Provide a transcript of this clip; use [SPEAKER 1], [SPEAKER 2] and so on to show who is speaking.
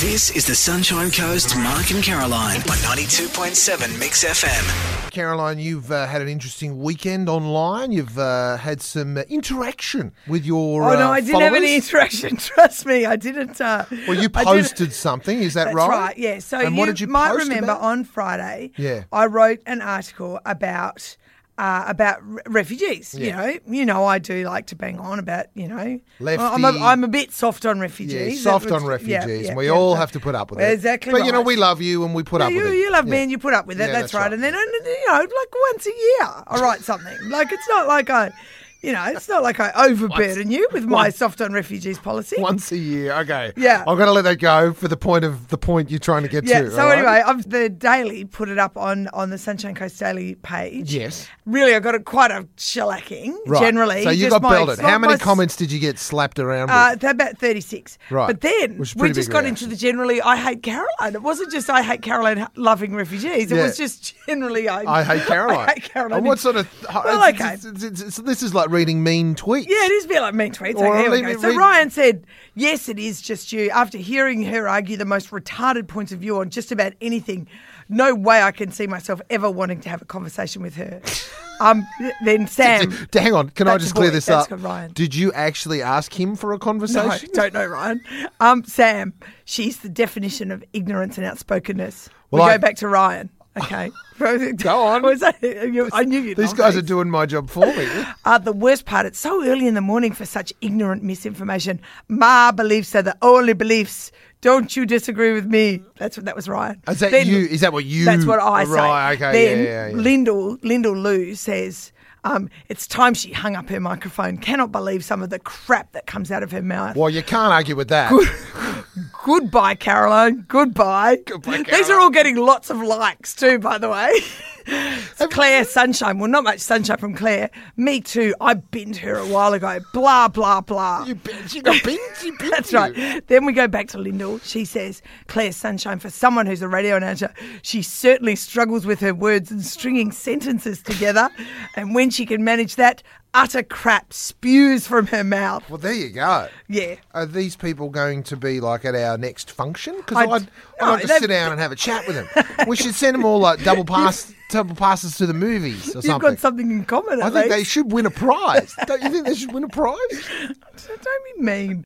[SPEAKER 1] This is the Sunshine Coast, Mark and Caroline on 92.7 Mix FM.
[SPEAKER 2] Caroline, you've uh, had an interesting weekend online. You've uh, had some uh, interaction with your.
[SPEAKER 3] Oh no,
[SPEAKER 2] uh,
[SPEAKER 3] I didn't have any
[SPEAKER 2] followers.
[SPEAKER 3] interaction. Trust me, I didn't. Uh,
[SPEAKER 2] Well, you
[SPEAKER 3] I didn't-
[SPEAKER 2] posted something. Is that
[SPEAKER 3] That's
[SPEAKER 2] right?
[SPEAKER 3] right? Yeah. So
[SPEAKER 2] and
[SPEAKER 3] you,
[SPEAKER 2] what did you
[SPEAKER 3] might
[SPEAKER 2] post
[SPEAKER 3] remember
[SPEAKER 2] about?
[SPEAKER 3] on Friday.
[SPEAKER 2] Yeah.
[SPEAKER 3] I wrote an article about uh, about re- refugees.
[SPEAKER 2] Yeah.
[SPEAKER 3] You know, you know, I do like to bang on about you know.
[SPEAKER 2] Lefty-
[SPEAKER 3] I'm a, I'm a bit soft on refugees.
[SPEAKER 2] Yeah, soft
[SPEAKER 3] That was-
[SPEAKER 2] on
[SPEAKER 3] yeah,
[SPEAKER 2] refugees,
[SPEAKER 3] yeah,
[SPEAKER 2] and we
[SPEAKER 3] yeah,
[SPEAKER 2] all
[SPEAKER 3] yeah.
[SPEAKER 2] have to put up with
[SPEAKER 3] Well,
[SPEAKER 2] it.
[SPEAKER 3] Exactly.
[SPEAKER 2] But you know,
[SPEAKER 3] right.
[SPEAKER 2] we love you, and we put up
[SPEAKER 3] you,
[SPEAKER 2] with it.
[SPEAKER 3] you love
[SPEAKER 2] Yeah.
[SPEAKER 3] me and you put up with
[SPEAKER 2] Yeah,
[SPEAKER 3] it. that's,
[SPEAKER 2] that's
[SPEAKER 3] right.
[SPEAKER 2] right.
[SPEAKER 3] And then, and, you know, like once a year, I write something. like it's not like I, you know, it's not like I overburden you with my
[SPEAKER 2] once-
[SPEAKER 3] soft on refugees policy.
[SPEAKER 2] Once a year, okay.
[SPEAKER 3] Yeah.
[SPEAKER 2] I've got to let that go for the point of the point you're trying to get
[SPEAKER 3] yeah.
[SPEAKER 2] to.
[SPEAKER 3] so
[SPEAKER 2] all right?
[SPEAKER 3] anyway, I've the Daily put it up on on the Sunshine Coast Daily page.
[SPEAKER 2] Yes.
[SPEAKER 3] Really, I got a, quite a shellacking
[SPEAKER 2] Right.
[SPEAKER 3] generally.
[SPEAKER 2] So you
[SPEAKER 3] just
[SPEAKER 2] got
[SPEAKER 3] my-
[SPEAKER 2] belted. How many
[SPEAKER 3] my-
[SPEAKER 2] comments did you get slapped around
[SPEAKER 3] Uh,
[SPEAKER 2] with?
[SPEAKER 3] they're about 36.
[SPEAKER 2] Right.
[SPEAKER 3] But then
[SPEAKER 2] Which is a
[SPEAKER 3] we
[SPEAKER 2] pretty
[SPEAKER 3] just
[SPEAKER 2] big
[SPEAKER 3] got
[SPEAKER 2] reaction.
[SPEAKER 3] into the generally, I hate Caroline. It wasn't just I hate Caroline h- loving refugees. It
[SPEAKER 2] Yeah.
[SPEAKER 3] was just generally I,
[SPEAKER 2] I hate Caroline.
[SPEAKER 3] I hate Caroline.
[SPEAKER 2] And what sort of?
[SPEAKER 3] Well,
[SPEAKER 2] it's-
[SPEAKER 3] okay.
[SPEAKER 2] it's- it's- it's- this is like reading mean tweets.
[SPEAKER 3] Yeah, it is a bit like mean tweets.
[SPEAKER 2] Or
[SPEAKER 3] Okay, here we
[SPEAKER 2] leave
[SPEAKER 3] go.
[SPEAKER 2] it
[SPEAKER 3] So
[SPEAKER 2] read-
[SPEAKER 3] Ryan said, yes, it is just you. After hearing her argue the most retarded points of view on just about anything, no way I can see myself ever wanting to have a conversation with her. um, then Sam.
[SPEAKER 2] D- Hang on, can I
[SPEAKER 3] That's
[SPEAKER 2] just
[SPEAKER 3] a
[SPEAKER 2] clear
[SPEAKER 3] um, boy.
[SPEAKER 2] this
[SPEAKER 3] That's
[SPEAKER 2] up?
[SPEAKER 3] good, Ryan.
[SPEAKER 2] Did you actually ask him for a
[SPEAKER 3] No,
[SPEAKER 2] conversation?
[SPEAKER 3] don't know Ryan. Um, Sam, she's the definition of ignorance and outspokenness.
[SPEAKER 2] Well,
[SPEAKER 3] we
[SPEAKER 2] I-
[SPEAKER 3] go back to Ryan. Okay.
[SPEAKER 2] Go on.
[SPEAKER 3] Was that- you- I knew you.
[SPEAKER 2] These guys are doing my job for me.
[SPEAKER 3] Uh, the worst part, it's so early in the morning for such ignorant misinformation. My beliefs are the only beliefs. Don't you disagree with me? That's what that was Ryan.
[SPEAKER 2] Is that you? Is that what you?
[SPEAKER 3] That's what I say.
[SPEAKER 2] Right. Okay.
[SPEAKER 3] then
[SPEAKER 2] yeah, yeah, yeah.
[SPEAKER 3] Lyndall, Lyndall Lou says, um, it's time she hung up her microphone. Cannot believe some of the crap that comes out of her mouth.
[SPEAKER 2] Well, you can't argue with that.
[SPEAKER 3] Goodbye, Caroline. Goodbye.
[SPEAKER 2] Goodbye,
[SPEAKER 3] These are
[SPEAKER 2] Caroline.
[SPEAKER 3] all getting lots of likes too, by the way. Claire Sunshine. Well, not much sunshine from Claire. Me too. I binned her a while ago. Blah, blah, blah.
[SPEAKER 2] You bitch. You got bins. You bins.
[SPEAKER 3] That's right. Then we go back to Lyndall. She says, Claire Sunshine, for someone who's a radio announcer, she certainly struggles with her words and stringing sentences together. And when she can manage that, utter crap spews from her mouth.
[SPEAKER 2] Well, there you go.
[SPEAKER 3] Yeah.
[SPEAKER 2] Are these people going to be like at our next function? Because I'd,
[SPEAKER 3] I'd-
[SPEAKER 2] I'd
[SPEAKER 3] no,
[SPEAKER 2] like to
[SPEAKER 3] they've-
[SPEAKER 2] sit down and have a chat with them. we should send them all like double pass, double passes to the movies or
[SPEAKER 3] You've
[SPEAKER 2] something.
[SPEAKER 3] got something in common.
[SPEAKER 2] I
[SPEAKER 3] at
[SPEAKER 2] think they
[SPEAKER 3] least.
[SPEAKER 2] should win a prize. Don't you think they should win a prize?
[SPEAKER 3] Don't be mean.